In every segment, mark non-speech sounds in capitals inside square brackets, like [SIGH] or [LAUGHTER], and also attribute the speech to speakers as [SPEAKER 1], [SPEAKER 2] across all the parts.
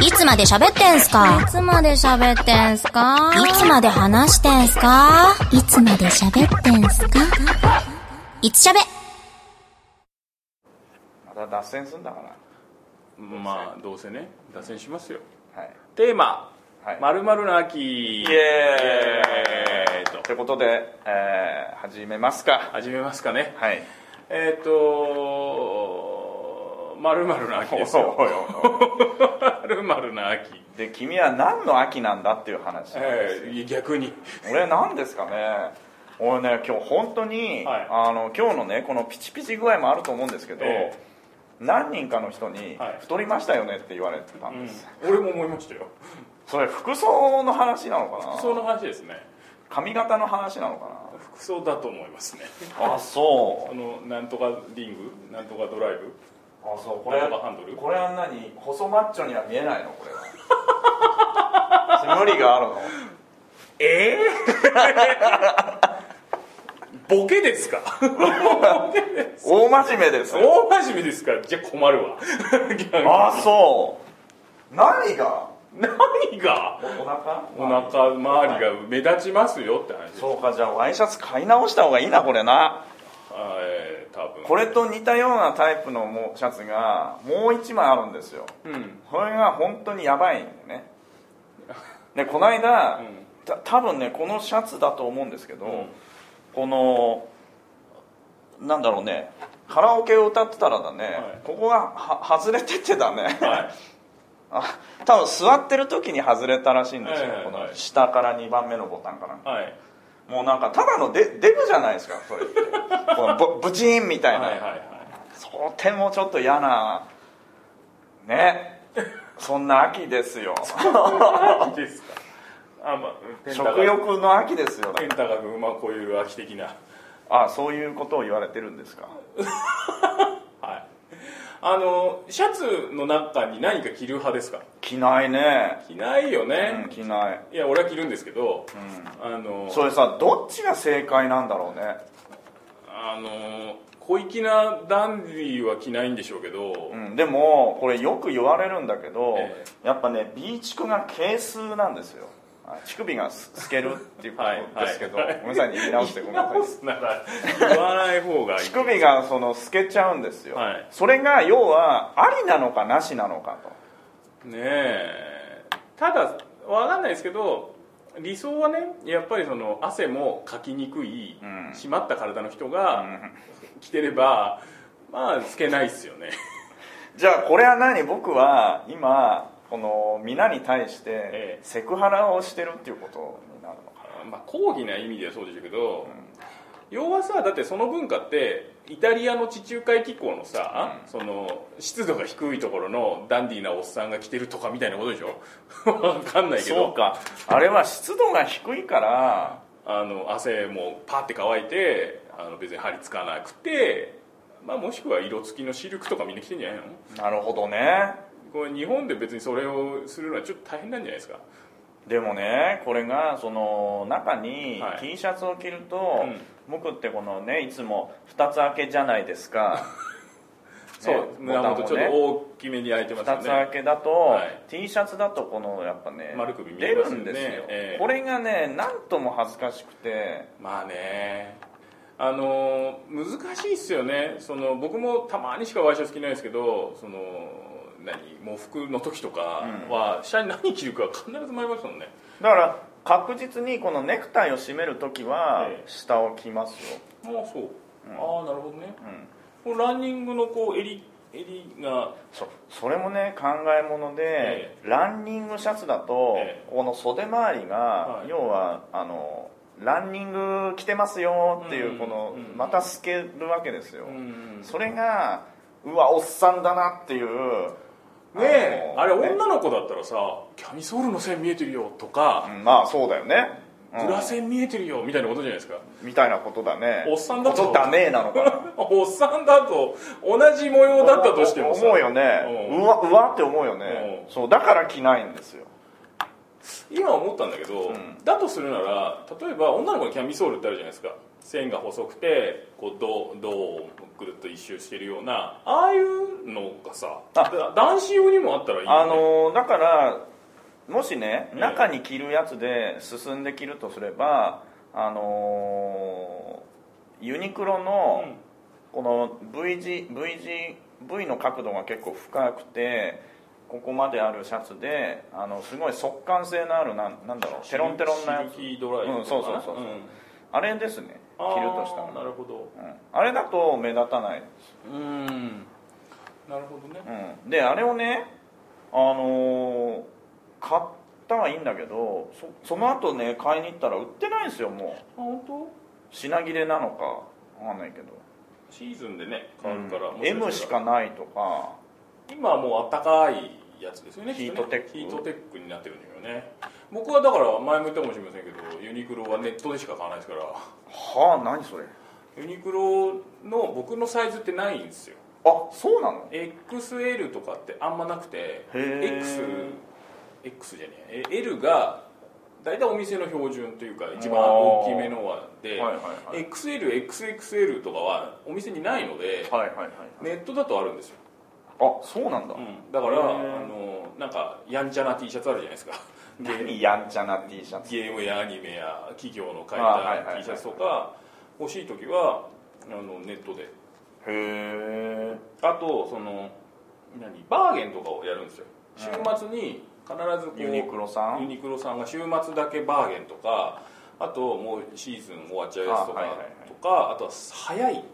[SPEAKER 1] いつまで喋ってんすか
[SPEAKER 2] いつまで喋ってんすか
[SPEAKER 1] いつまで話してんすかいつまで喋ってんすかいつ喋
[SPEAKER 3] また脱線するんだか
[SPEAKER 4] まあどうせね脱線しますよ
[SPEAKER 3] らはい
[SPEAKER 4] テーマ
[SPEAKER 3] はい
[SPEAKER 4] まるまるの秋
[SPEAKER 3] イエ
[SPEAKER 4] イエーイ
[SPEAKER 3] ーイ
[SPEAKER 4] と
[SPEAKER 3] ということで、えー始めますか
[SPEAKER 4] 始めますかね
[SPEAKER 3] はい
[SPEAKER 4] えっ、とまるまるの秋ですよ
[SPEAKER 3] おいおいおい
[SPEAKER 4] [LAUGHS] まるまるの秋
[SPEAKER 3] で君は何の秋なんだっていう話なんですよ
[SPEAKER 4] えー逆に
[SPEAKER 3] 俺何ですかね俺ね今日本当に、
[SPEAKER 4] はい
[SPEAKER 3] あの今日のねこのピチピチ具合もあると思うんですけど、
[SPEAKER 4] え
[SPEAKER 3] 何人かの人に、
[SPEAKER 4] はい
[SPEAKER 3] 太りましたよねって言われてたんです、
[SPEAKER 4] 俺も思いましたよ
[SPEAKER 3] それ服装の話なのかな
[SPEAKER 4] 服装の話ですね
[SPEAKER 3] 髪型の話なのか
[SPEAKER 4] 服装だと思いますね
[SPEAKER 3] なあそ
[SPEAKER 4] あのなんとかリングなんとかドライブ
[SPEAKER 3] あそう
[SPEAKER 4] これなんとかハンドル
[SPEAKER 3] これは何細マッチョには見えないのこ
[SPEAKER 4] [LAUGHS]
[SPEAKER 3] れは無理があるの
[SPEAKER 4] ええボケですか
[SPEAKER 3] 大真面目です
[SPEAKER 4] [LAUGHS] 大真面目ですからじゃあ困るわ逆に
[SPEAKER 3] あそう何が
[SPEAKER 4] [LAUGHS] 何が
[SPEAKER 3] おお腹
[SPEAKER 4] お腹周りが目立ちますよって話
[SPEAKER 3] そうかじゃあワイシャツ買い直した方がいいなこれな
[SPEAKER 4] あえー、多分
[SPEAKER 3] これと似たようなタイプのもうシャツがもう1枚あるんですよ
[SPEAKER 4] うん
[SPEAKER 3] これが本当にやばいんでねでこの間、
[SPEAKER 4] うん
[SPEAKER 3] た多分ねこのシャツだと思うんですけど、
[SPEAKER 4] うん
[SPEAKER 3] このなんだろうねカラオケを歌ってたらだね、
[SPEAKER 4] はい
[SPEAKER 3] ここがは外れてってだね、
[SPEAKER 4] はい
[SPEAKER 3] あ多分座ってる時に外れたらしいんですよ、
[SPEAKER 4] はいはいはい
[SPEAKER 3] この下から2番目のボタンかなんか
[SPEAKER 4] はい
[SPEAKER 3] もうなんかただのデデブじゃないですかそれってこのブブチーンみた
[SPEAKER 4] はい
[SPEAKER 3] いな、
[SPEAKER 4] はいは
[SPEAKER 3] とてもちょっと嫌なねそんな秋です
[SPEAKER 4] [LAUGHS]
[SPEAKER 3] よ
[SPEAKER 4] いいいですかあまあ
[SPEAKER 3] 食欲の秋ですよ
[SPEAKER 4] ペンタが群馬こういう秋的な
[SPEAKER 3] あそういうことを言われてるんですか
[SPEAKER 4] はいあのシャツの中に何か着る派ですか
[SPEAKER 3] 着ないね、
[SPEAKER 4] 着ないよ
[SPEAKER 3] う
[SPEAKER 4] ね
[SPEAKER 3] ん、、着ない、
[SPEAKER 4] いや俺は着るんですけど、
[SPEAKER 3] う
[SPEAKER 4] あの
[SPEAKER 3] ん、それさどっちが正解なんだろうね
[SPEAKER 4] あの小粋なダンディは着ないんでしょうけど、
[SPEAKER 3] うん、でもこれよく言われるんだけど、
[SPEAKER 4] え
[SPEAKER 3] やっぱね B 地区が係数なんですよあ乳首がす透けるっていうこ
[SPEAKER 4] はい
[SPEAKER 3] とですけど、
[SPEAKER 4] はい
[SPEAKER 3] ごめんなさい言い直してごめんなさい
[SPEAKER 4] 直すなら言わない方がいい
[SPEAKER 3] 乳首がその透けちゃうんですよ、
[SPEAKER 4] はい
[SPEAKER 3] それが要はありなのかなしなのかと
[SPEAKER 4] ねえただわかんないですけど理想はねやっぱりその汗もかきにくい、
[SPEAKER 3] うん
[SPEAKER 4] 締まった体の人
[SPEAKER 3] う
[SPEAKER 4] が
[SPEAKER 3] ん
[SPEAKER 4] 着てれば、まあつけないっすよね
[SPEAKER 3] じゃあこれは何僕は今この皆に対して
[SPEAKER 4] ええ
[SPEAKER 3] セクハラをしてるっていうことになるのか
[SPEAKER 4] [LAUGHS] まあ抗議な意味ではそうでしょうけど、要はさだってその文化ってイタリアの地中海気候のさ、その湿度が低いところのダンディーなおっさんが着てるとかみたいなことでしょ [LAUGHS] わかんないけど
[SPEAKER 3] そうかあれは湿度が低いから
[SPEAKER 4] あの汗もパッて乾いてあの別に張り付かなくて、まあ、もしくは色付きのシルクとかみんな着てんじゃないの
[SPEAKER 3] なるほどね
[SPEAKER 4] これ日本で別にそれをするのはちょっと大変なんじゃないですか
[SPEAKER 3] でもねこれがその中に
[SPEAKER 4] はい
[SPEAKER 3] T シャツを着ると、
[SPEAKER 4] うん
[SPEAKER 3] 僕ってこのねいつも2つ開けじゃないですか
[SPEAKER 4] [LAUGHS] そう胸元ちょっと大きめに開いてますよ
[SPEAKER 3] 2
[SPEAKER 4] ね
[SPEAKER 3] つ開けだと、
[SPEAKER 4] はい
[SPEAKER 3] T シャツだとこのやっぱね
[SPEAKER 4] 丸首見
[SPEAKER 3] 出
[SPEAKER 4] えま
[SPEAKER 3] る
[SPEAKER 4] す
[SPEAKER 3] ん
[SPEAKER 4] よね
[SPEAKER 3] ですよ、
[SPEAKER 4] ええ
[SPEAKER 3] これがねなんとも恥ずかしくて
[SPEAKER 4] まあねあのー難しいっすよねその僕もたまにしかワイシャツ着ないですけどその何喪服の時とかは、下に何着るか必ず迷いますもんね
[SPEAKER 3] だから確実にこのネクタイを締める時は
[SPEAKER 4] ええ
[SPEAKER 3] 下を着ますよ、
[SPEAKER 4] ああそう、ああなるほどね
[SPEAKER 3] うん、
[SPEAKER 4] このランニングのこう襟襟が
[SPEAKER 3] そそれもね考え物で、
[SPEAKER 4] え
[SPEAKER 3] ランニングシャツだと、
[SPEAKER 4] え
[SPEAKER 3] この袖周りが、
[SPEAKER 4] い
[SPEAKER 3] 要はあのランニング着てますよっていう、
[SPEAKER 4] うん
[SPEAKER 3] この、
[SPEAKER 4] うん
[SPEAKER 3] また透けるわけですよ、
[SPEAKER 4] ん
[SPEAKER 3] それがうわおっさんだなっていう
[SPEAKER 4] ねえ
[SPEAKER 3] の
[SPEAKER 4] あれ
[SPEAKER 3] ね
[SPEAKER 4] 女の子だったらさキャミソールの線見えてるよとか、
[SPEAKER 3] うんまあそうだよね、うん
[SPEAKER 4] 裏線見えてるよみたいなことじゃないですか
[SPEAKER 3] みたいなことだね
[SPEAKER 4] おっさんだと
[SPEAKER 3] ことだねなのかな
[SPEAKER 4] おっさんだと同じ模様 [LAUGHS] だったとしてもさ
[SPEAKER 3] 思うよね
[SPEAKER 4] うん
[SPEAKER 3] うわうわって思うよね
[SPEAKER 4] うん
[SPEAKER 3] そうだから着ないんですよ
[SPEAKER 4] 今思ったんだけど、
[SPEAKER 3] うん
[SPEAKER 4] だとするなら例えば女の子のキャミソールってあるじゃないですか線が細くてこう銅銅くるっと一周してるようなああいうのがさ
[SPEAKER 3] あ
[SPEAKER 4] だ男子用にもあったらいいよ、ね、
[SPEAKER 3] あのーだからもしね
[SPEAKER 4] うん
[SPEAKER 3] 中に着るやつで進んで着るとすれば、あのーユニクロの
[SPEAKER 4] うん
[SPEAKER 3] この V 字 V 字 V の角度が結構深くてここまであるシャツであのすごい速乾性のあるなんなんだろうテロンテロンなやつ
[SPEAKER 4] シルキードライとかな
[SPEAKER 3] うんそうそうそうそうんあれですね
[SPEAKER 4] あー
[SPEAKER 3] 着るとしたら
[SPEAKER 4] なるほど
[SPEAKER 3] うんあれだと目立たない
[SPEAKER 4] うんなるほどね
[SPEAKER 3] うん、であれをねあのー買ったはいいんだけどそその後ね買いに行ったら売ってないんですよも
[SPEAKER 4] あ本当
[SPEAKER 3] う品切れなのかわかんないけど
[SPEAKER 4] シーズンでね変わるから、
[SPEAKER 3] うん
[SPEAKER 4] もしかしたら
[SPEAKER 3] M しかないとか
[SPEAKER 4] 今はもうあったかいやつですよね
[SPEAKER 3] ヒートテック
[SPEAKER 4] きっとねヒートテックになってるんだよね僕はだから前も言ったかもしれませんけどユニクロはネットでしか買わないですから
[SPEAKER 3] はあ何それ
[SPEAKER 4] ユニクロの僕のサイズってないんですよ
[SPEAKER 3] あそうなの
[SPEAKER 4] XL とかってあんまなくて
[SPEAKER 3] へ
[SPEAKER 4] X X じゃねええ L が大体お店の標準というか一番
[SPEAKER 3] あー
[SPEAKER 4] 大きめのはで、
[SPEAKER 3] はいはいはい
[SPEAKER 4] XLXXL とかはお店にないので、
[SPEAKER 3] はいはいはい
[SPEAKER 4] ネットだとあるんですよ
[SPEAKER 3] あそうなんだ、
[SPEAKER 4] うんだから
[SPEAKER 3] へ
[SPEAKER 4] あ
[SPEAKER 3] ー
[SPEAKER 4] のなんかやんちゃな T シャツあるじゃないで
[SPEAKER 3] [LAUGHS]
[SPEAKER 4] すかゲー
[SPEAKER 3] 何やんちゃな T シャツ
[SPEAKER 4] ゲームやアニメや企業の書い
[SPEAKER 3] あはいはいは
[SPEAKER 4] た
[SPEAKER 3] い
[SPEAKER 4] T シャツとか欲しい時はあのネットで
[SPEAKER 3] へえ
[SPEAKER 4] あとその何バーゲンとかをやるんですよ週末に必ずこう
[SPEAKER 3] ユニクロさ
[SPEAKER 4] ユ
[SPEAKER 3] ん
[SPEAKER 4] ニクロさんが週末だけバーゲンとかあともうシーズン終わっちゃうやつとか
[SPEAKER 3] あはいはいはい
[SPEAKER 4] とかあとは早い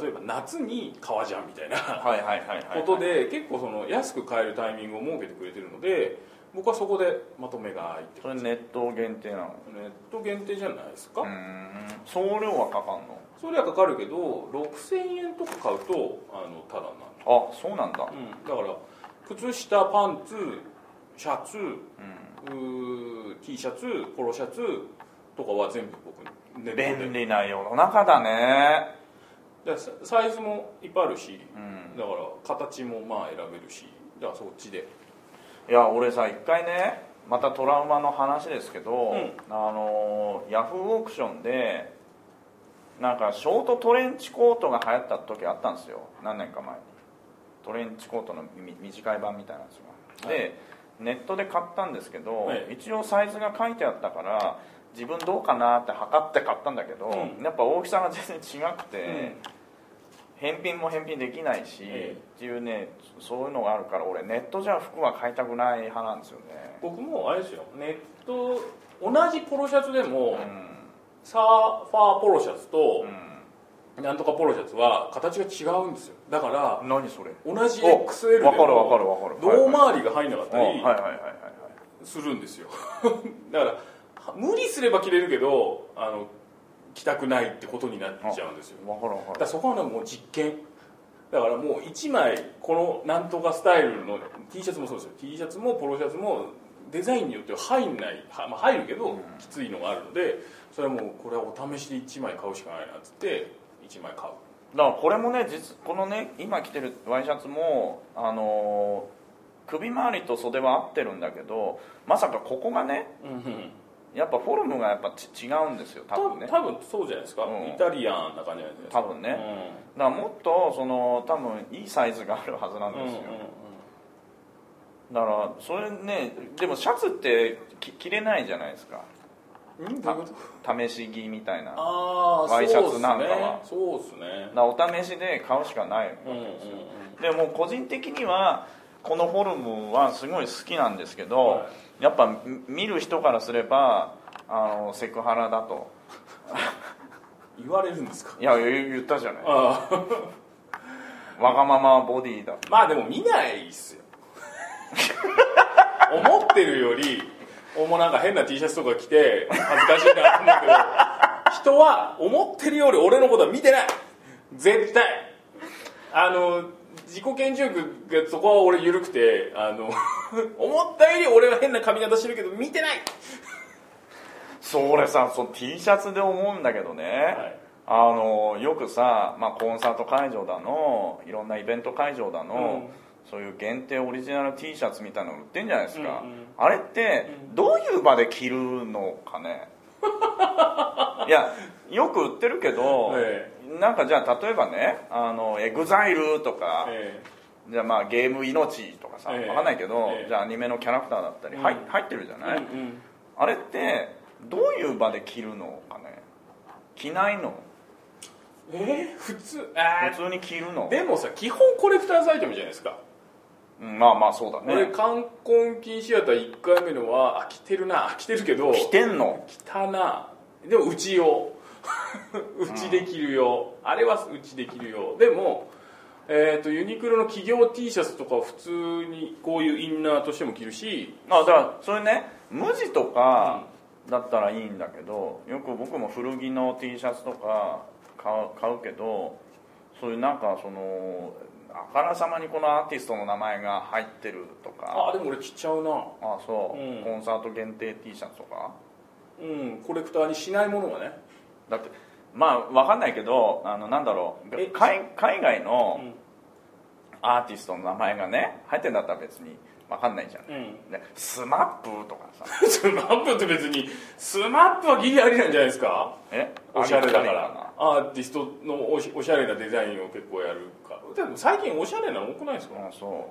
[SPEAKER 4] 例えば夏に革ジャンみたいな
[SPEAKER 3] はいはいはいはい
[SPEAKER 4] ことで結構その安く買えるタイミングを設けてくれてるので僕はそこでまとめがいって
[SPEAKER 3] そ
[SPEAKER 4] ま
[SPEAKER 3] れ
[SPEAKER 4] す
[SPEAKER 3] ネット限定なの
[SPEAKER 4] ネット限定じゃないですか、
[SPEAKER 3] うーん送料はかかんの
[SPEAKER 4] それはかかるけど6000円とか買うとあのただな
[SPEAKER 3] あそうなんだ、
[SPEAKER 4] の、うん、だから靴下パンツシャツ
[SPEAKER 3] う
[SPEAKER 4] うー T シャツポロシャツとかは全部僕ネ
[SPEAKER 3] ん、
[SPEAKER 4] ット
[SPEAKER 3] 便
[SPEAKER 4] で
[SPEAKER 3] 利な世の中だね
[SPEAKER 4] だからササイズもいっぱいあるし、
[SPEAKER 3] うん
[SPEAKER 4] だから形もまあ選べるしだからそっちで
[SPEAKER 3] いや俺さ一回ねまたトラウマの話ですけど、
[SPEAKER 4] うん
[SPEAKER 3] あのーヤフーオークションでなんかショートトレンチコートが流行った時あったんですよ何年か前にトレンチコートのみ短い版みたいなやつが、
[SPEAKER 4] はい
[SPEAKER 3] でネットで買ったんですけど、
[SPEAKER 4] はい
[SPEAKER 3] 一応サイズが書いてあったから自分どうかなって測って買ったんだけど、
[SPEAKER 4] うん
[SPEAKER 3] やっぱ大きさが全然違くて、
[SPEAKER 4] うん
[SPEAKER 3] 返品も返品できないし、
[SPEAKER 4] ええ
[SPEAKER 3] っていうねそういうのがあるから俺ネットじゃ服は買いたくない派なんですよね
[SPEAKER 4] 僕もあれですよネット同じポロシャツでも、
[SPEAKER 3] う
[SPEAKER 4] サーファーポロシャツと
[SPEAKER 3] ん、、
[SPEAKER 4] なんとかポロシャツは形が違うんですよだから
[SPEAKER 3] 何それ
[SPEAKER 4] 同じ
[SPEAKER 3] お
[SPEAKER 4] XL で
[SPEAKER 3] わかるわかる
[SPEAKER 4] も
[SPEAKER 3] わかる
[SPEAKER 4] 胴
[SPEAKER 3] はい
[SPEAKER 4] 回りが入んなかった
[SPEAKER 3] はいうんはい
[SPEAKER 4] り
[SPEAKER 3] はいはいはい
[SPEAKER 4] するんですよ [LAUGHS] だから無理すれば着れるけどあの着たくないってことになっちゃうんですよ
[SPEAKER 3] わかるわ
[SPEAKER 4] だか
[SPEAKER 3] から
[SPEAKER 4] そこはねもう実験だからもう1枚このなんとかスタイルの T シャツもそうですよ T シャツもポロシャツもデザインによっては入んないは、まあ、入るけどきついのがあるのでそれはもうこれはお試しで1枚買うしかないなっつって1枚買う
[SPEAKER 3] るだからこれもね実このね今着てるワイシャツもあのー首周りと袖は合ってるんだけどまさかここがねやっぱフォルムがやっぱち違うんですよ多
[SPEAKER 4] 多
[SPEAKER 3] 分
[SPEAKER 4] 分
[SPEAKER 3] ね
[SPEAKER 4] 多分そうじゃないですか、
[SPEAKER 3] うん
[SPEAKER 4] イタリアンな感じじゃないです
[SPEAKER 3] 多
[SPEAKER 4] か
[SPEAKER 3] 分ねだからもっとその多分いいサイズがあるはずな
[SPEAKER 4] うんんうんう
[SPEAKER 3] で
[SPEAKER 4] ん
[SPEAKER 3] すよ、だからそれねでもシャツってき着れないじゃないですか
[SPEAKER 4] うんどういうこと
[SPEAKER 3] 試し着みたいなだか
[SPEAKER 4] ああ
[SPEAKER 3] ワイシャツなんかは
[SPEAKER 4] そうですね
[SPEAKER 3] らお試しで買うしかないわけ
[SPEAKER 4] うんうんうん
[SPEAKER 3] ですよ、でも個人的にはこのフォルムはすごい好きなんですけど、
[SPEAKER 4] は
[SPEAKER 3] やっぱみ見る人からすればあのセクハラだと
[SPEAKER 4] 言われるんですか
[SPEAKER 3] いや言言ったじゃない
[SPEAKER 4] ああ
[SPEAKER 3] わがままボディだ
[SPEAKER 4] [LAUGHS] まあでも見ないっすよ [LAUGHS] 思ってるより俺もなんか変な T シャツとか着て恥ずかしいなと思うけど人は思ってるより俺のことは見てない絶対あの自己顕示欲がそこは俺緩くてあの [LAUGHS] 思ったより俺は変な髪型してるけど見てない、
[SPEAKER 3] それさその T シャツで思うんだけどね、
[SPEAKER 4] はい
[SPEAKER 3] あのよくさ、まあ、コンサート会場だのいろんなイベント会場だの、そういう限定オリジナル T シャツみたいなの売ってんじゃないですか、
[SPEAKER 4] うんうん
[SPEAKER 3] あ
[SPEAKER 4] [LAUGHS]
[SPEAKER 3] れってどういう場で着るのかねいやよく売ってるけど、
[SPEAKER 4] え
[SPEAKER 3] なんかじゃあ例えばねあのエグザイルとか、
[SPEAKER 4] え
[SPEAKER 3] じゃあまあゲーム命とかさ、わ
[SPEAKER 4] ええ
[SPEAKER 3] かんないけど、
[SPEAKER 4] ええ
[SPEAKER 3] じゃあアニメのキャラクターだったり、
[SPEAKER 4] うん
[SPEAKER 3] 入入ってるじゃ
[SPEAKER 4] え
[SPEAKER 3] ない、
[SPEAKER 4] うんうん
[SPEAKER 3] あれってどういう場で着るのかね着ないの
[SPEAKER 4] えー普通あー
[SPEAKER 3] 普通に着るの
[SPEAKER 4] でもさ基本コレクターズアイテムじゃないですか
[SPEAKER 3] うんまあまあそうだね
[SPEAKER 4] 俺冠婚金シアター1回目のはあ着てるなあ着てるけど
[SPEAKER 3] 着てんの
[SPEAKER 4] 着たなでもうち用 [LAUGHS] うちで着る用あれはうちで着る用でもえー、とユニクロの企業 T シャツとかは普通にこういうインナーとしても着るし
[SPEAKER 3] あだからそれね無地とかだったらいいんだけどよく僕も古着の T シャツとか買う買うけどそういうなんかそのあからさまにこのアーティストの名前が入ってると
[SPEAKER 4] あ
[SPEAKER 3] か
[SPEAKER 4] あでも俺着ちゃうな
[SPEAKER 3] あそう、
[SPEAKER 4] うん
[SPEAKER 3] コンサート限定 T シャツとか
[SPEAKER 4] うんコレクターにしないものはね [LAUGHS]
[SPEAKER 3] だってまあわかんないけどあのなんだろ
[SPEAKER 4] え
[SPEAKER 3] う海海外の
[SPEAKER 4] うん
[SPEAKER 3] アーティストの名前がね入ってんだったら別にわかんないじゃん、
[SPEAKER 4] うん
[SPEAKER 3] ね、スマップとかさ
[SPEAKER 4] スマップって別にスマップはギリありなんじゃないですか
[SPEAKER 3] え
[SPEAKER 4] おしゃれだか
[SPEAKER 3] あり
[SPEAKER 4] らアーティストのおしおしゃれなデザインを結構やるかでも最近おしゃれなの多くないですか
[SPEAKER 3] あそ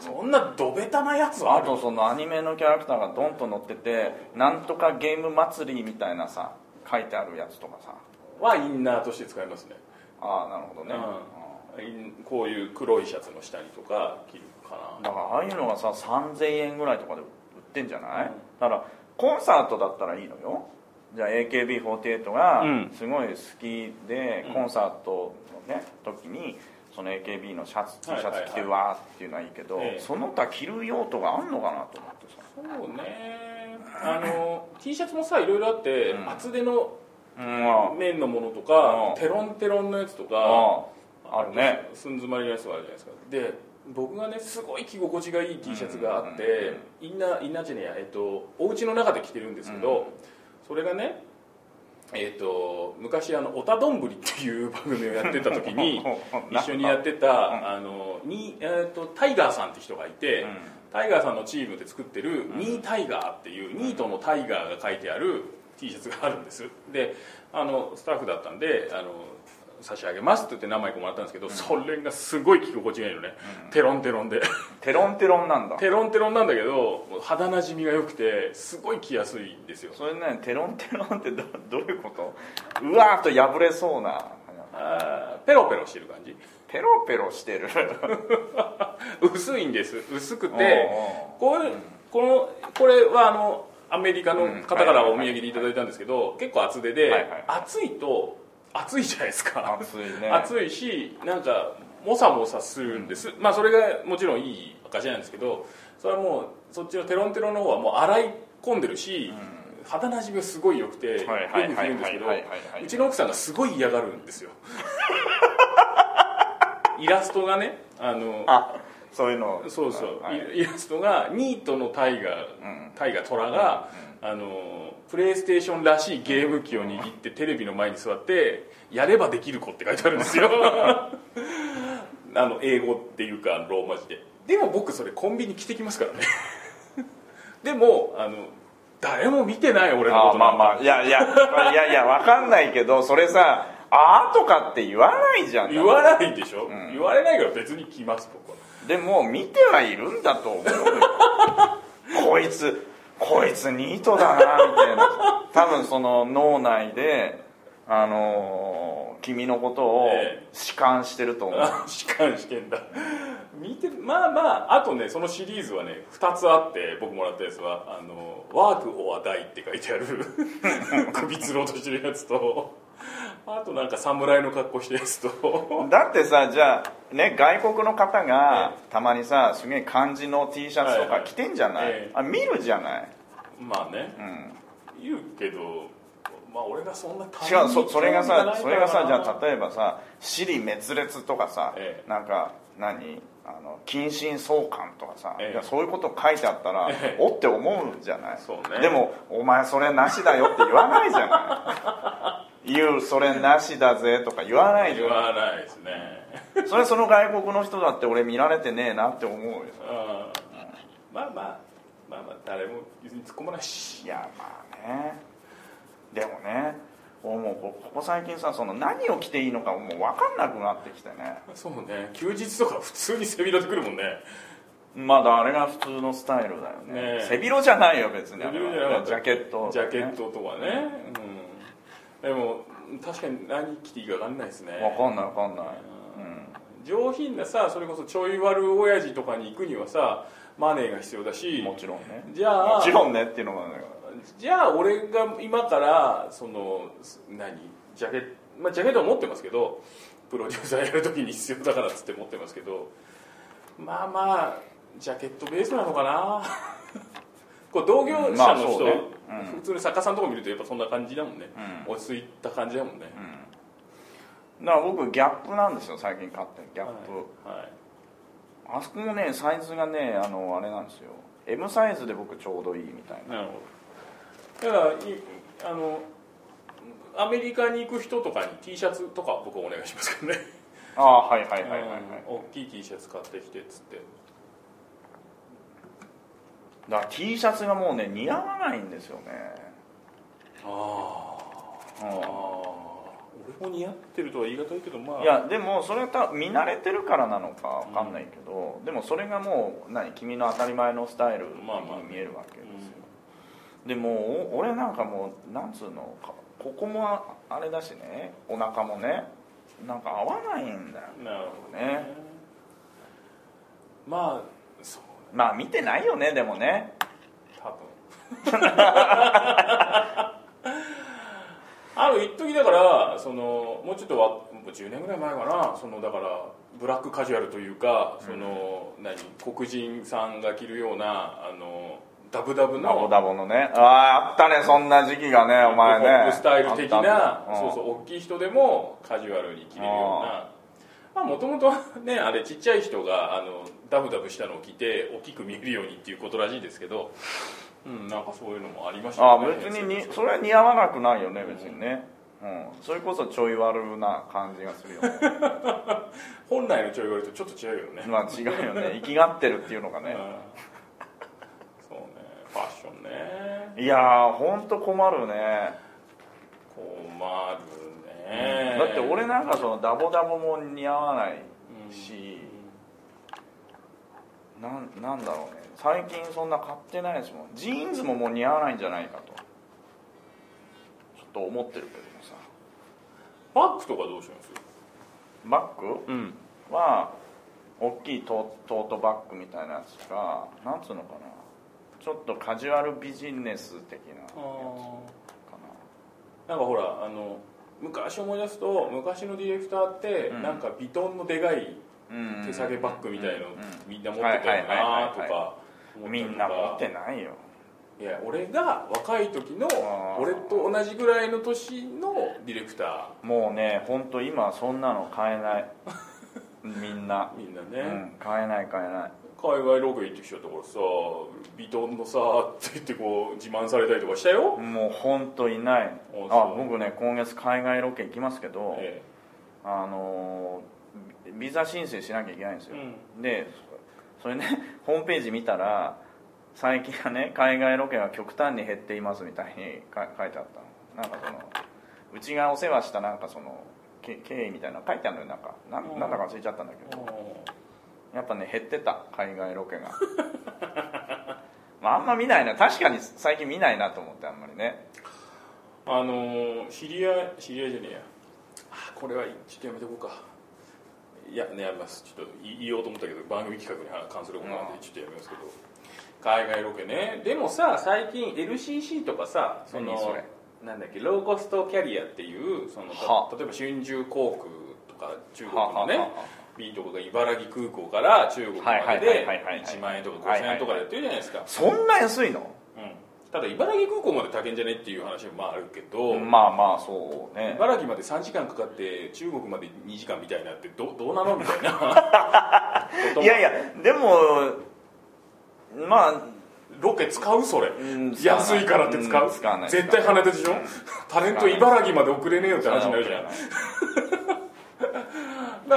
[SPEAKER 3] う
[SPEAKER 4] そんなドベタなやつはあ
[SPEAKER 3] あ
[SPEAKER 4] る
[SPEAKER 3] とそのアニメのキャラクターがドンと乗っててなんとかゲーム祭りみたいなさ書いてあるやつとかさ
[SPEAKER 4] はインナーとして使いますね
[SPEAKER 3] ああなるほどね、
[SPEAKER 4] うんインこういう黒いシャツの下にとか着るか
[SPEAKER 3] うん
[SPEAKER 4] な
[SPEAKER 3] だからああいうのがさ3000円ぐらいとかで売ってんじゃない、
[SPEAKER 4] うん
[SPEAKER 3] だからコンサートだったらいいのよじゃあ AKB48 が
[SPEAKER 4] うん
[SPEAKER 3] すごい好きで、コンサートのね時にその AKB のシャツ T シ
[SPEAKER 4] はいはいはい
[SPEAKER 3] ャツ着てわーっていうのはいいけど、
[SPEAKER 4] ええ
[SPEAKER 3] その他着る用途があんのかなと思ってさ
[SPEAKER 4] そうねあの T シャツもさいろいろあって、
[SPEAKER 3] うん
[SPEAKER 4] 厚手の
[SPEAKER 3] うんあ
[SPEAKER 4] 面のものと
[SPEAKER 3] う
[SPEAKER 4] か、
[SPEAKER 3] ん
[SPEAKER 4] テロンテロンのやつとか、
[SPEAKER 3] ああるね
[SPEAKER 4] すん詰まりのやつもあるじゃないですかで僕がねすごい着心地がいい T シャツがあって、インナーインナーじゃねえや、えっと、お家の中で着てるんですけど、
[SPEAKER 3] うん
[SPEAKER 4] それがねえっと昔あの「おたどんぶり」っていう番組をやってた時
[SPEAKER 3] [LAUGHS]
[SPEAKER 4] に一緒にやってたあのに、えっとタイガーさんって人がいて、
[SPEAKER 3] うん
[SPEAKER 4] タイガーさんのチームで作ってる「ニータイガー」っていうニートのタイガーが書いてある T シャツがあるんですであのスタッフだったんであの差し上げますって言って何枚かもらったんですけど、それがすごい着心地がいいのね、テロンテロンで
[SPEAKER 3] テロンテロンなんだ
[SPEAKER 4] テロンテロンなんだけどもう肌なじみが良くてすごい着やすいんですよ
[SPEAKER 3] それねテロンテロンってどどういうことうわーっと破れそうな
[SPEAKER 4] あーペロペロしてる感じ
[SPEAKER 3] ペロペロしてる
[SPEAKER 4] 薄いんです薄くて
[SPEAKER 3] で
[SPEAKER 4] こういうこのこれはあのアメリカの方からお土産でいただいたんですけど結構厚手で、
[SPEAKER 3] はいはい
[SPEAKER 4] 厚いと厚いじゃないですか
[SPEAKER 3] 暑いね
[SPEAKER 4] 暑いしなんかもさもさするんです、まあそれがもちろんいい証なんですけどそれはもうそっちのテロンテロンの方はもう洗い込んでるし、肌なじみがすごい良くてよく
[SPEAKER 3] はいはいはい
[SPEAKER 4] 着るんですけど
[SPEAKER 3] はいはいはいはいう
[SPEAKER 4] ちの奥さんがすごい嫌がるんです
[SPEAKER 3] [LAUGHS]
[SPEAKER 4] よイラストがねあの
[SPEAKER 3] あそういうの
[SPEAKER 4] そうそう、
[SPEAKER 3] はい
[SPEAKER 4] イイラストがニートのタイガー、
[SPEAKER 3] うん
[SPEAKER 4] タイガー虎が、あのプレイステーションらしいゲーム機を握ってテレビの前に座って「やればできる子」って書いてあるんで
[SPEAKER 3] [LAUGHS]
[SPEAKER 4] すよあの英語っていうかローマ字ででも僕それコンビニ着てきますからね [LAUGHS] でもあの誰も見てない俺のこ
[SPEAKER 3] あ
[SPEAKER 4] と
[SPEAKER 3] ま
[SPEAKER 4] なん
[SPEAKER 3] あ
[SPEAKER 4] か
[SPEAKER 3] まあいやいやいやいやわかんないけどそれさあーとかって言わないじゃん
[SPEAKER 4] 言わないでしょ、
[SPEAKER 3] ん
[SPEAKER 4] 言われないから別に着ます僕は
[SPEAKER 3] でも見てはいるんだと思う
[SPEAKER 4] [LAUGHS]
[SPEAKER 3] よこいつこいつニートだなみたいな多分その脳内であのー君のことを
[SPEAKER 4] え
[SPEAKER 3] 弛緩してると思う、
[SPEAKER 4] あ弛緩してんだ見てまあまああとねそのシリーズはね2つあって僕もらったやつは「あのワーク・オア・ダイ」って書いてある [LAUGHS] 首吊ろうとしてるやつとあとなんか侍の格好してるやつと
[SPEAKER 3] だってさじゃあね外国の方がたまにさすげえ漢字の T シャツと
[SPEAKER 4] はい
[SPEAKER 3] か
[SPEAKER 4] はい
[SPEAKER 3] 着てんじゃない、
[SPEAKER 4] ええ
[SPEAKER 3] あ見るじゃない、
[SPEAKER 4] まあね
[SPEAKER 3] うん、
[SPEAKER 4] 言うけどまあ俺がそんな大
[SPEAKER 3] 違うそそれが
[SPEAKER 4] 興味
[SPEAKER 3] さ
[SPEAKER 4] ないからな
[SPEAKER 3] それがさじゃあ例えばさ「私利滅裂」とかさ、
[SPEAKER 4] ええ
[SPEAKER 3] なんか何あの近親相関とかさ、
[SPEAKER 4] ええ
[SPEAKER 3] いやそういうこと書いてあったら、
[SPEAKER 4] ええ
[SPEAKER 3] おって思うじゃない
[SPEAKER 4] そうね
[SPEAKER 3] でも「お前それなしだよ」って言わないじゃない
[SPEAKER 4] [LAUGHS]
[SPEAKER 3] 言う「それなしだぜ」とか言わないじ
[SPEAKER 4] 言
[SPEAKER 3] ゃな
[SPEAKER 4] わないですね
[SPEAKER 3] いそれその外国の人だって俺見られてねえなって思うよ
[SPEAKER 4] うんまあまあまあまあ誰も別に突っ込まないし
[SPEAKER 3] いやまあねでもねもうこここ最近さその何を着ていいのかもう分かんなくなってきてね
[SPEAKER 4] そうね休日とか普通に背広でくるもんね
[SPEAKER 3] まだあれが普通のスタイルだよね
[SPEAKER 4] ねえ
[SPEAKER 3] 背広じゃないよ別にあれは
[SPEAKER 4] 背広じゃなかった
[SPEAKER 3] ジャケット、
[SPEAKER 4] ジャケットとかね、うん、でも確かに何着ていいか分かんないですね
[SPEAKER 3] 分かんない分かんない、
[SPEAKER 4] 上品なさそれこそちょい悪親父とかに行くにはさマネーが必要だ
[SPEAKER 3] う
[SPEAKER 4] し
[SPEAKER 3] ん、もちろんね
[SPEAKER 4] じゃあ
[SPEAKER 3] もちろんねっていうのがね
[SPEAKER 4] じゃあ俺が今からそのす何ジャケット、まあ、ジャケットは持ってますけどプロデューサーやるときに必要だからっつって持ってますけどまあまあジャケットベースなのかな [LAUGHS] こう同業者の人、
[SPEAKER 3] まあそうねうん
[SPEAKER 4] 普通に作家さんとか見るとやっぱそんな感じだもんね、
[SPEAKER 3] う
[SPEAKER 4] 落ち着いた感じだもんね、
[SPEAKER 3] だから僕ギャップなんですよ最近買ってるギャップ、
[SPEAKER 4] はいはい
[SPEAKER 3] あそこもねサイズがねあのあれなんですよ M サイズで僕ちょうどいいみたいな、
[SPEAKER 4] なるほどだからいあのアメリカに行く人とかに T シャツとか僕お願いしますけどね
[SPEAKER 3] ああはいはいはいはいはい、
[SPEAKER 4] うん大きい T シャツ買ってきてっつって
[SPEAKER 3] だから T シャツがもうね似合わないんですよね
[SPEAKER 4] ああ俺も似合ってるとは言い難いけどまあ
[SPEAKER 3] いやでもそれは多分見慣れてるからなのかわかんないけど、でもそれがもう何君の当たり前のスタイルに
[SPEAKER 4] まあまあ
[SPEAKER 3] 見えるわけですよ、
[SPEAKER 4] う
[SPEAKER 3] でもお俺なんかもうなんつうのかここもああれだしねお腹もねなんか合わないんだよ
[SPEAKER 4] んなるほどね
[SPEAKER 3] ね
[SPEAKER 4] まあそう
[SPEAKER 3] まあ見てないよねでもね [LAUGHS]
[SPEAKER 4] 多分あの一時だからそのもうちょっとわもう10年ぐらい前かなそのだからブラックカジュアルというかその、何黒人さんが着るようなあのダブダブ
[SPEAKER 3] ダボ
[SPEAKER 4] の
[SPEAKER 3] ダボのねあああったねそんな時期がねお前ね
[SPEAKER 4] ヒップホップスタイル的な
[SPEAKER 3] あったあった
[SPEAKER 4] そうそう大きい人でもカジュアルに着れるようなまあもともとねあれちっちゃい人があのダブダブしたのを着て大きく見えるようにっていうことらしいですけどうんなんかそういうのもありました
[SPEAKER 3] あ
[SPEAKER 4] よ
[SPEAKER 3] あ別にに
[SPEAKER 4] そう
[SPEAKER 3] それは似合わなくないよね別にね、うんそれこそちょい悪な感じがするよね
[SPEAKER 4] 本来のちょい割とちょっと違うよね、
[SPEAKER 3] [LAUGHS] まあ違うよね生きがってるっていうのが
[SPEAKER 4] うん
[SPEAKER 3] ね、
[SPEAKER 4] そうねファッションね
[SPEAKER 3] いやーほんと困るね、
[SPEAKER 4] 困るね、
[SPEAKER 3] だって俺なんかそのダボダボも似合わないし、なんなんだろうね最近そんな買ってないですもんジーンズももう似合わないんじゃないかとちょっと思ってるけどもさ
[SPEAKER 4] バッグとかどうします
[SPEAKER 3] バッグ
[SPEAKER 4] うん
[SPEAKER 3] は大きいトトートバッグみたいなやつがなんつうのかなちょっとカジュアルビジネス的なやつ
[SPEAKER 4] あ
[SPEAKER 3] か
[SPEAKER 4] ー
[SPEAKER 3] な
[SPEAKER 4] なんかほらあの昔思い出すと昔のディレクターって、
[SPEAKER 3] うん
[SPEAKER 4] なんかビトンのでかい
[SPEAKER 3] うん
[SPEAKER 4] 手提げバッグみたいの、
[SPEAKER 3] うん
[SPEAKER 4] みんな持ってたよ
[SPEAKER 3] はいはいはい
[SPEAKER 4] な
[SPEAKER 3] は
[SPEAKER 4] と
[SPEAKER 3] い
[SPEAKER 4] か思ったりとか
[SPEAKER 3] みんな持ってないよ
[SPEAKER 4] いや俺が若い時の
[SPEAKER 3] あー
[SPEAKER 4] 俺と同じぐらいの年のディレクタ
[SPEAKER 3] もうね本当今そんなの買えないみんな
[SPEAKER 4] [LAUGHS] ー、みんな
[SPEAKER 3] う
[SPEAKER 4] ね、
[SPEAKER 3] ん、買えない買えない
[SPEAKER 4] 海外ロケ行ってきちゃったからさビトンのさって言ってこう自慢されたりとかしたよ、
[SPEAKER 3] もう本当いない
[SPEAKER 4] そう
[SPEAKER 3] あ僕ね今月海外ロケ行きますけど、
[SPEAKER 4] え
[SPEAKER 3] あのービビザ申請しなきゃいけないんです
[SPEAKER 4] え
[SPEAKER 3] よ、でそそれね [LAUGHS] ホームページ見たら最近はね海外ロケが極端に減っていますみたいにか書いてあったのなんかそのうちがお世話したなんかそのけ経緯みたいなの書いてあるのよなんかな
[SPEAKER 4] うん
[SPEAKER 3] んなんだか忘れちゃったんだけどやっぱね減ってた海外ロケが [LAUGHS] まああんま見ないな確かに最近見ないなと思ってあんまりね
[SPEAKER 4] あのー知り合い知り合いじゃねえやあこれはちょっとやめとこうかいやねやめますちょっとい言おうと思ったけど番組企画に関することなんで
[SPEAKER 3] うん
[SPEAKER 4] ちょっとやめますけど海外ロケねでもさ最近 LCC とかさその
[SPEAKER 3] 何それ
[SPEAKER 4] なんだっけローコストキャリアっていうその
[SPEAKER 3] は
[SPEAKER 4] た例えば春秋航空とか中国のね
[SPEAKER 3] はははは
[SPEAKER 4] B とかが茨城空港から中国まで
[SPEAKER 3] はい
[SPEAKER 4] で
[SPEAKER 3] はいはいはいはい
[SPEAKER 4] 1万円とか5000円とかでやってるじゃないですか
[SPEAKER 3] そんな安いの
[SPEAKER 4] うんただ茨城空港まで高いんじゃねっていう話もまああるけど、
[SPEAKER 3] まあまあそうね
[SPEAKER 4] 茨城まで3時間かかって中国まで2時間みたいなってどどうなのみたいなことも
[SPEAKER 3] いやいやでもまあ
[SPEAKER 4] [LAUGHS] ロケ使うそれ、
[SPEAKER 3] ん使わない
[SPEAKER 4] 安いからって使う、
[SPEAKER 3] うん使わない
[SPEAKER 4] 絶対鼻立ちでしょ、タレント茨城まで送れねえよって話になるじゃんだ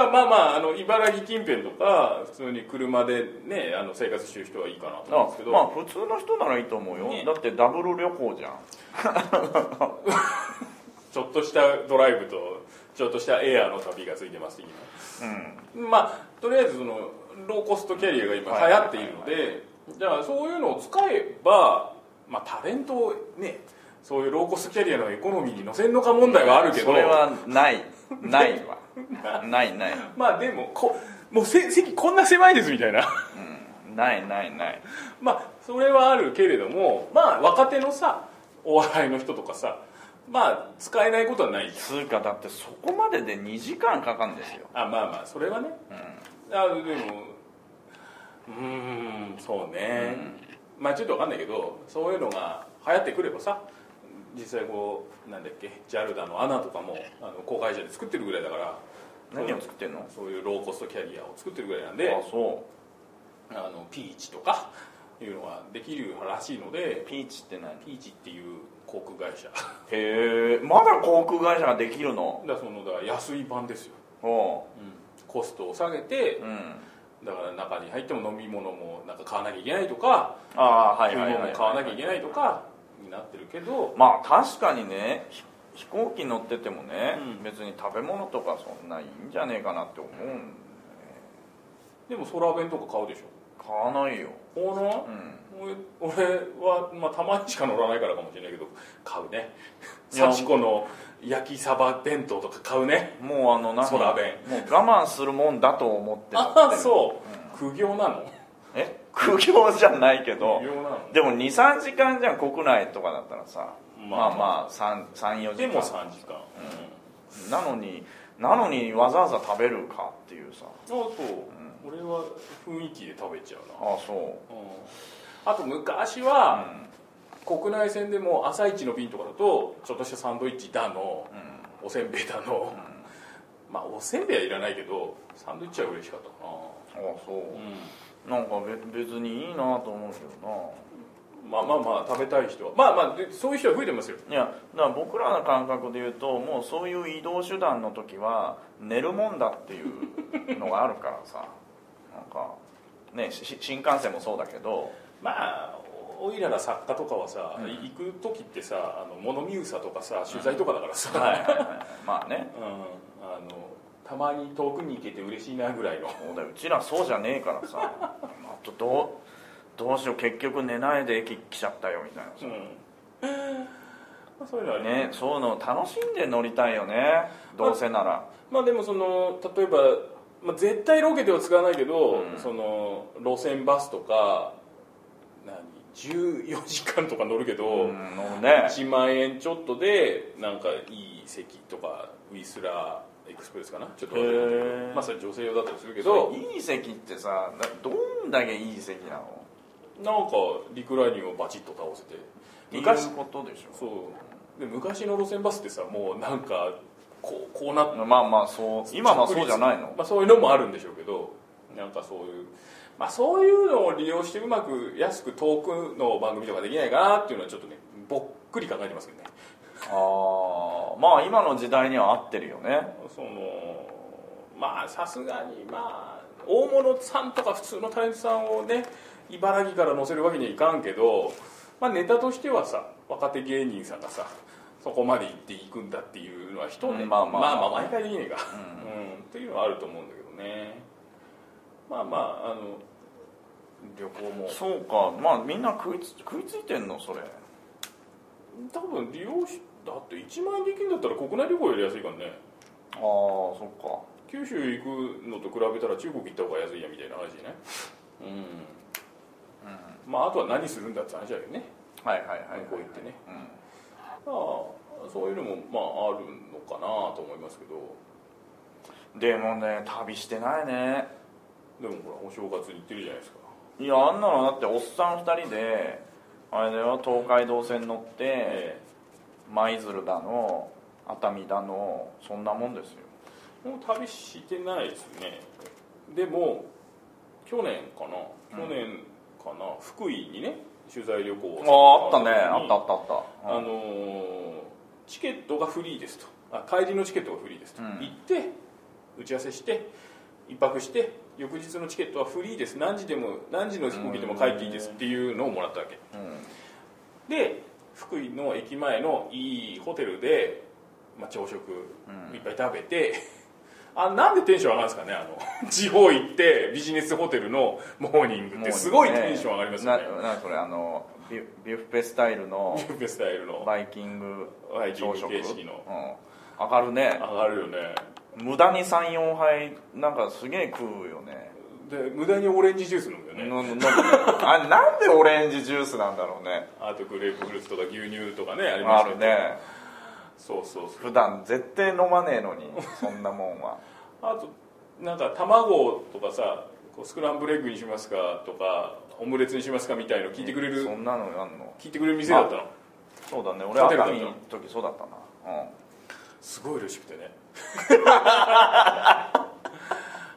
[SPEAKER 4] からまあまああの茨城近辺とか普通に車でねあの生活してる人はいいかなと思うんですけど
[SPEAKER 3] まあ普通の人ならいいと思うよ、
[SPEAKER 4] ね
[SPEAKER 3] だってダブル旅行じゃん
[SPEAKER 4] ちょっとしたドライブとちょっとしたエアーの旅がついてます今
[SPEAKER 3] うん
[SPEAKER 4] まあとりあえずそのローコストキャリアが今
[SPEAKER 3] はい
[SPEAKER 4] 流行っているのでじゃあそういうのを使えば、まあ、タレントをねそういうローコストキャリアのエコノミーに乗せんのか問題はあるけど
[SPEAKER 3] それはないないわないない、
[SPEAKER 4] まあでもこもうせ席こんな狭いですみたいな [LAUGHS]
[SPEAKER 3] うん、ないないない
[SPEAKER 4] まあそれはあるけれどもまあ若手のさお笑いの人とかさまあ使えないことはないじ
[SPEAKER 3] つうかだってそこまでで2時間かかるんですよ、
[SPEAKER 4] ゃんあまあまあそれはね
[SPEAKER 3] う
[SPEAKER 4] あでもうーんそうね、まあちょっとわかんないけどそういうのが流行ってくればさ実際こうなんだっけ JAL だの ANA とかもあの公開社で作ってるぐらいだから
[SPEAKER 3] ん、何を作ってんの
[SPEAKER 4] そういうローコストキャリアを作ってるぐらいなんで
[SPEAKER 3] あそ
[SPEAKER 4] あのピーチとかいうのができるらしいので
[SPEAKER 3] うピーチって何
[SPEAKER 4] ピーチっていう航空会社だか
[SPEAKER 3] へえまだ航空会社ができるの
[SPEAKER 4] らそのだから安い版ですよ、
[SPEAKER 3] お
[SPEAKER 4] コストを下げて
[SPEAKER 3] う、うん
[SPEAKER 4] だから中に入っても飲み物もなんか買わなきゃいけないとか
[SPEAKER 3] ああは
[SPEAKER 4] 食い
[SPEAKER 3] いはい
[SPEAKER 4] 物
[SPEAKER 3] は
[SPEAKER 4] も
[SPEAKER 3] い
[SPEAKER 4] 買わなきゃいけないとかになってるけど
[SPEAKER 3] まあ確かにねひ飛行機乗っててもね、
[SPEAKER 4] うん
[SPEAKER 3] 別に食べ物とかそんないいんじゃねえかなって思うん
[SPEAKER 4] でも空弁とか買うでしょ
[SPEAKER 3] 買わないよ
[SPEAKER 4] この
[SPEAKER 3] うん
[SPEAKER 4] 俺俺は、まあ、たまにしか乗らないからかもしれないけど買うね
[SPEAKER 3] いや
[SPEAKER 4] 幸子の焼きサバ弁当とか買うね
[SPEAKER 3] もうあの何
[SPEAKER 4] 空弁
[SPEAKER 3] もう我慢するもんだと思ってやって
[SPEAKER 4] あ
[SPEAKER 3] る
[SPEAKER 4] あそう、苦行なの
[SPEAKER 3] え苦行じゃないけど
[SPEAKER 4] 苦行なの
[SPEAKER 3] でも23時間じゃん国内とかだったらさ
[SPEAKER 4] ま
[SPEAKER 3] ま
[SPEAKER 4] あ
[SPEAKER 3] あまあ34
[SPEAKER 4] で
[SPEAKER 3] 時
[SPEAKER 4] も
[SPEAKER 3] 間
[SPEAKER 4] 3時間、
[SPEAKER 3] なのになのにわざわざ食べるかっていうさ
[SPEAKER 4] あそう、俺は雰囲気で食べちゃうな、
[SPEAKER 3] ああそう
[SPEAKER 4] あと昔は、国内線でも朝一の便とかだとちょっとしたサンドイッチだの、おせんべいだの、まあおせんべいはいらないけどサンドイッチは嬉しかったか
[SPEAKER 3] ああそう
[SPEAKER 4] な、
[SPEAKER 3] なんかべ別にいいなと思うけど
[SPEAKER 4] まあまあまあ食べたい人はまあまあでそういう人は増えてますよ
[SPEAKER 3] ないやだから僕らの感覚で言うともうそういう移動手段の時は寝るもんだっていうのがあるからさなんかねし新幹線もそうだけど
[SPEAKER 4] まあおいらが作家とかはさ、
[SPEAKER 3] うん
[SPEAKER 4] 行く時ってさあの物見うさとかさ取材とかだからさ、
[SPEAKER 3] はいはいはいまあね
[SPEAKER 4] うんあのたまに遠くに行けて嬉しいなぐらいの
[SPEAKER 3] そうだようちらそうじゃねえからさあとどうどうしよう結局寝ないで駅来ちゃったよみたいなさ、
[SPEAKER 4] まあ、そういうのは
[SPEAKER 3] ねそういうのを楽しんで乗りたいよねどうせなら、
[SPEAKER 4] まあでもその例えば、まあ、絶対ロケでは使わないけど、
[SPEAKER 3] うん
[SPEAKER 4] その路線バスとか何14時間とか乗るけ
[SPEAKER 3] う
[SPEAKER 4] ど、
[SPEAKER 3] ん乗るね
[SPEAKER 4] 1万円ちょっとでなんかいい席とかウィスラーエクスプレスかなちょっと忘れたけど
[SPEAKER 3] へー
[SPEAKER 4] まあそれ女性用だったりするけ
[SPEAKER 3] け
[SPEAKER 4] ど
[SPEAKER 3] どいい席ってさなどんだけいい席なの
[SPEAKER 4] なんかリクライニングをバチッと倒せて
[SPEAKER 3] 昔
[SPEAKER 4] 昔
[SPEAKER 3] いうことでしょ
[SPEAKER 4] そうで昔の路線バスってさもうなんかこうこうなっ
[SPEAKER 3] まあまあそう今はそうじゃないの
[SPEAKER 4] まあ、そういうのもあるんでしょうけどなんかそういう、まあ、そういうのを利用してうまく安く遠くの番組とかできないかなっていうのはちょっとねぼっくり考えてますけどね
[SPEAKER 3] ああまあ今の時代には合ってるよね
[SPEAKER 4] そのまあさすがにまあ大物さんとか普通のタレントさんをね茨城から載せるわけにはいかんけど、まあ、ネタとしてはさ若手芸人さんがさそこまで行っていくんだっていうのは人ね、
[SPEAKER 3] うんまあまあ
[SPEAKER 4] まあまあ毎回できねえか、うんっていうのはあると思うんだけどねまあまああの旅行も
[SPEAKER 3] そうかまあみんな食いつ食いついてんのそれ
[SPEAKER 4] 多分利用しだって1万円現金だったら国内旅行より安いからね
[SPEAKER 3] ああそっか
[SPEAKER 4] 九州行くのと比べたら中国行った方が安いやみたいな話ねうん、まああとは何するんだって話だけどね
[SPEAKER 3] はいはいはい、
[SPEAKER 4] 向こう行ってね
[SPEAKER 3] うん
[SPEAKER 4] まあそういうのもまああるのかなと思いますけど
[SPEAKER 3] でもね旅してないね
[SPEAKER 4] でもほらお正月に行ってるじゃないですか
[SPEAKER 3] いやあんなのだっておっさん2人であれだよ東海道線乗って舞鶴だの熱海だのそんなもんですよ
[SPEAKER 4] もう旅してないですねでも去年かな去
[SPEAKER 3] うん
[SPEAKER 4] 年かな、福井にね取材旅行を
[SPEAKER 3] あああったね
[SPEAKER 4] 時に
[SPEAKER 3] あったあったあった
[SPEAKER 4] あのーチケットがフリーですとあ帰りのチケットがフリーですと、
[SPEAKER 3] うん
[SPEAKER 4] 行って打ち合わせして一泊して翌日のチケットはフリーです何時でも何時の飛行機でも帰っていいですっていうのをもらったわけ
[SPEAKER 3] うん
[SPEAKER 4] で福井の駅前のいいホテルでまあ、朝食
[SPEAKER 3] うん
[SPEAKER 4] いっぱい食べて、 [LAUGHS] あなんでテンション上がるんですかねあの [LAUGHS] 地方行ってビジネスホテルのモーニングってすごいテンション上がりますよね
[SPEAKER 3] ななそれあのビュビュッフェスタイル
[SPEAKER 4] [LAUGHS]
[SPEAKER 3] の
[SPEAKER 4] ビュッフェスタイルの
[SPEAKER 3] バイキング
[SPEAKER 4] バイキング
[SPEAKER 3] 朝食
[SPEAKER 4] 形式の
[SPEAKER 3] うん、上がるね
[SPEAKER 4] 上がるよね
[SPEAKER 3] 無駄に34杯なんかすげえ食うよね
[SPEAKER 4] で無駄にオレンジジュース飲むよね、
[SPEAKER 3] の飲むあなんでオレンジジュースなんだろうね
[SPEAKER 4] あとグレープフルーツとか牛乳とかねありま
[SPEAKER 3] あ
[SPEAKER 4] すけ
[SPEAKER 3] る
[SPEAKER 4] ど
[SPEAKER 3] ね
[SPEAKER 4] そうそうそう
[SPEAKER 3] 普段絶対飲まねえのにそんなもんは
[SPEAKER 4] あとなんか卵とかさこうスクランブルエッグにしますかとかオムレツにしますかみたいの [LAUGHS] 聞いてくれる、
[SPEAKER 3] そんなのあんの
[SPEAKER 4] 聞いてくれる店だったの
[SPEAKER 3] そうだね俺
[SPEAKER 4] ホテ
[SPEAKER 3] 熱
[SPEAKER 4] ルだと
[SPEAKER 3] 海の時そうだったなうん
[SPEAKER 4] すごい嬉しくてね [LAUGHS]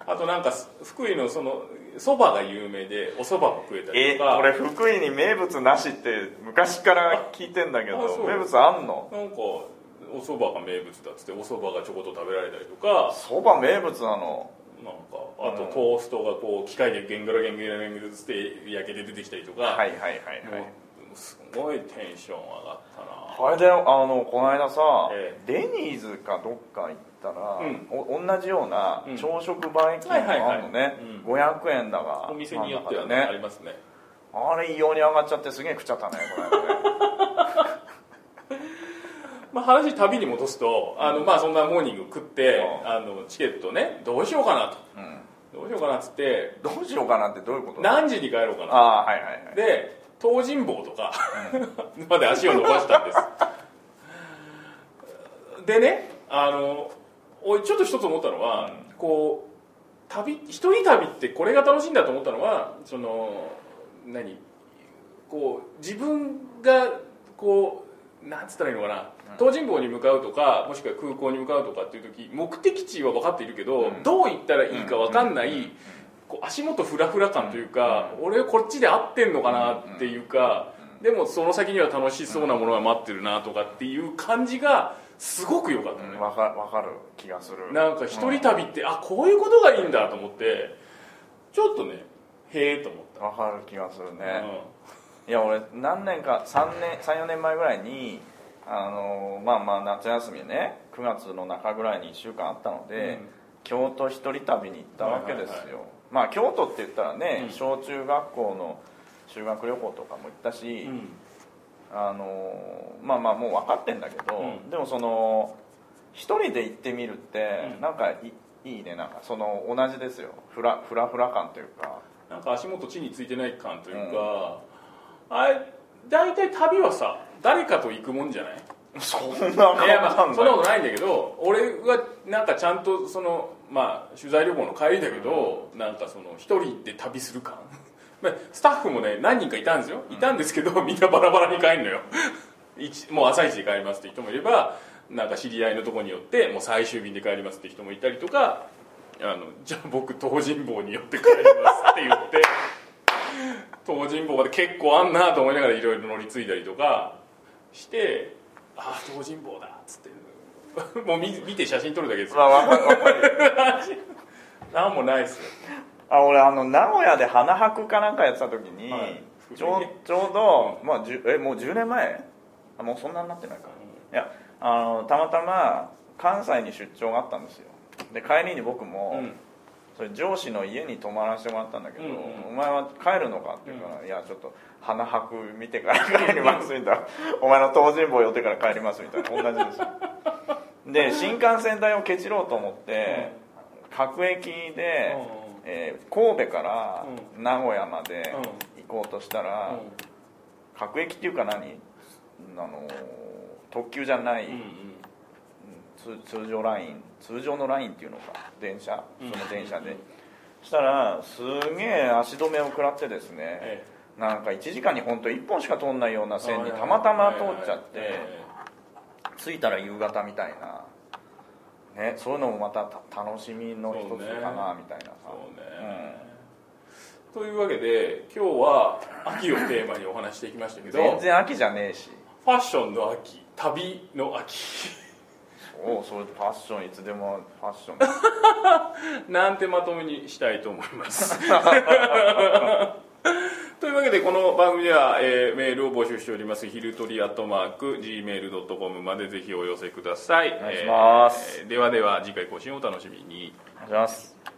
[SPEAKER 4] あとなんかす福井のそのそばが有名でおそばも食えたり
[SPEAKER 3] え
[SPEAKER 4] とか
[SPEAKER 3] 俺福井に名物なしって昔から聞いてんだけ
[SPEAKER 4] あそ
[SPEAKER 3] ど
[SPEAKER 4] う
[SPEAKER 3] 名物あんの
[SPEAKER 4] なんかおそばが名物だっつっておそばがちょこっと食べられたりとか
[SPEAKER 3] そば名物なの
[SPEAKER 4] なんかあとトーストがこう機械でゲングラゲングラゲングラつって焼けて出てきたりとか、
[SPEAKER 3] はいはいはいは
[SPEAKER 4] も
[SPEAKER 3] いう
[SPEAKER 4] すごいテンション上がったな
[SPEAKER 3] あれだよあのこの間さ、
[SPEAKER 4] え
[SPEAKER 3] デニーズかどっか行ったら、
[SPEAKER 4] うん
[SPEAKER 3] お同じような
[SPEAKER 4] うん
[SPEAKER 3] 朝食バイキング
[SPEAKER 4] はいはいは
[SPEAKER 3] があ
[SPEAKER 4] い
[SPEAKER 3] るのね、
[SPEAKER 4] うん
[SPEAKER 3] 500円だが
[SPEAKER 4] お店によってはねあ
[SPEAKER 3] なんだか
[SPEAKER 4] り
[SPEAKER 3] ね
[SPEAKER 4] ますね
[SPEAKER 3] あれ異様に上がっちゃってすげえ食っちゃったねこの間ね
[SPEAKER 4] まあ、話旅に戻すとあの、まあ、そんなモーニング食って、
[SPEAKER 3] うん
[SPEAKER 4] あのチケットねどうしようかなとどうしようかなっつって
[SPEAKER 3] うん、どうしようかなってどういうことだ
[SPEAKER 4] 何時に帰ろうか
[SPEAKER 3] あ
[SPEAKER 4] な
[SPEAKER 3] あはいはいはい
[SPEAKER 4] で東尋坊とかまで足を伸ばした
[SPEAKER 3] [LAUGHS]
[SPEAKER 4] んですでねあのおいちょっと一つ思ったのは、こう旅一人旅ってこれが楽しいんだと思ったのはその何こう自分がこうなんつったらいいのかな東尋坊に向かうとかもしくは空港に向かうとかっていう時目的地は分かっているけど、
[SPEAKER 3] うん
[SPEAKER 4] どう行ったらいいか分かんない、こう足元フラフラ感というか、俺こっちで合ってんのかなっていうか、でもその先には楽しそうなものが待ってるなとかっていう感じがすごく良かったのね、
[SPEAKER 3] わかわかる気がする
[SPEAKER 4] なんか一人旅って、あこういうことがいいんだと思ってちょっとねへえと思っ
[SPEAKER 3] うんわかる気がするね、
[SPEAKER 4] た、
[SPEAKER 3] いや俺何年か3年34年前ぐらいにあのまあまあ夏休みね9月の中ぐらいに1週間あったので、
[SPEAKER 4] うん
[SPEAKER 3] 京都一人旅に行ったわけですよ、
[SPEAKER 4] はいはい
[SPEAKER 3] まあ京都って言ったらね、
[SPEAKER 4] うん
[SPEAKER 3] 小中学校の修学旅行とかも行ったし、
[SPEAKER 4] うんうん
[SPEAKER 3] あのまあまあもう分かってんだけど、
[SPEAKER 4] うん
[SPEAKER 3] でもその一人で行ってみるって、
[SPEAKER 4] うん
[SPEAKER 3] なんかいいいねなんかその同じですよフラフラフラ感というか
[SPEAKER 4] なんか足元地についてない感というか、あれ大体旅はさ誰かと行くもんじゃない
[SPEAKER 3] そんな感
[SPEAKER 4] い
[SPEAKER 3] じ
[SPEAKER 4] やま
[SPEAKER 3] な
[SPEAKER 4] あ
[SPEAKER 3] んだ
[SPEAKER 4] そんな
[SPEAKER 3] よ
[SPEAKER 4] ことないんだけど俺はなんかちゃんとそのまあ取材旅行の帰りだけど、なんかその一人で旅する感 [LAUGHS] まあスタッフもね何人かいたんですよいたんですけど、 [LAUGHS] みんなバラバラに帰るのよ [LAUGHS] 一もう朝一で帰りますって人もいればなんか知り合いのとこによってもう最終便で帰りますって人もいたりとかあのじゃあ僕東尋坊によって帰りますって言って東尋坊まで結構あんなと思いながらいろいろ乗り継いだりとかして「ああ東尋坊だ」っつってもう見見て写真撮るだけです
[SPEAKER 3] ま
[SPEAKER 4] よ
[SPEAKER 3] あわかるわかる
[SPEAKER 4] 何もないっすよ
[SPEAKER 3] あ俺あの名古屋で花博かなんかやってた時に、
[SPEAKER 4] はい
[SPEAKER 3] ちょうちょうど、まあ、じゅえもう10年前あもうそんなになってないかいやあのたまたま関西に出張があったんですよで帰りに僕も、
[SPEAKER 4] うん
[SPEAKER 3] それ上司の家に泊まらせてもらったんだけど、
[SPEAKER 4] うんうん
[SPEAKER 3] お前は帰るのかって言うから、いやちょっと花博見てから帰りますみたい
[SPEAKER 4] [LAUGHS]
[SPEAKER 3] な、お前の東尋坊寄ってから帰りますみたいな同じですよで新幹線代をケチろうと思って、各駅で、
[SPEAKER 4] うん
[SPEAKER 3] えー神戸から名古屋まで行こうとしたら、
[SPEAKER 4] うん
[SPEAKER 3] 各駅っていうか何あのー特急じゃない、
[SPEAKER 4] うん
[SPEAKER 3] うん通通常ライン通常のラインっていうのか電車そ
[SPEAKER 4] うん
[SPEAKER 3] の電車で、
[SPEAKER 4] うん
[SPEAKER 3] したらすげえ足止めを食らってですね、
[SPEAKER 4] え
[SPEAKER 3] なんか1時間に本当1本しか通んないような
[SPEAKER 4] え
[SPEAKER 3] 線にたまたま通っちゃって、
[SPEAKER 4] え
[SPEAKER 3] 着いたら夕方みたいな、ね、そういうのもまたた楽しみの一つかな、みたいなさ
[SPEAKER 4] えそうね、というわけで今日は秋をテーマにお話していきましたけど
[SPEAKER 3] 全然秋じゃねえし
[SPEAKER 4] ファッションの秋旅の秋
[SPEAKER 3] おうそうファッションいつでもファッ
[SPEAKER 4] [LAUGHS]
[SPEAKER 3] ション [LAUGHS]
[SPEAKER 4] [LAUGHS] なんてまとめにしたいと思いますというわけでこの番組では、えーメールを募集しておりますヒルトリアットマーク Gmail.com までぜひお寄せくださいお
[SPEAKER 3] 願いします
[SPEAKER 4] ではでは次回更新をお楽しみに
[SPEAKER 3] お願いします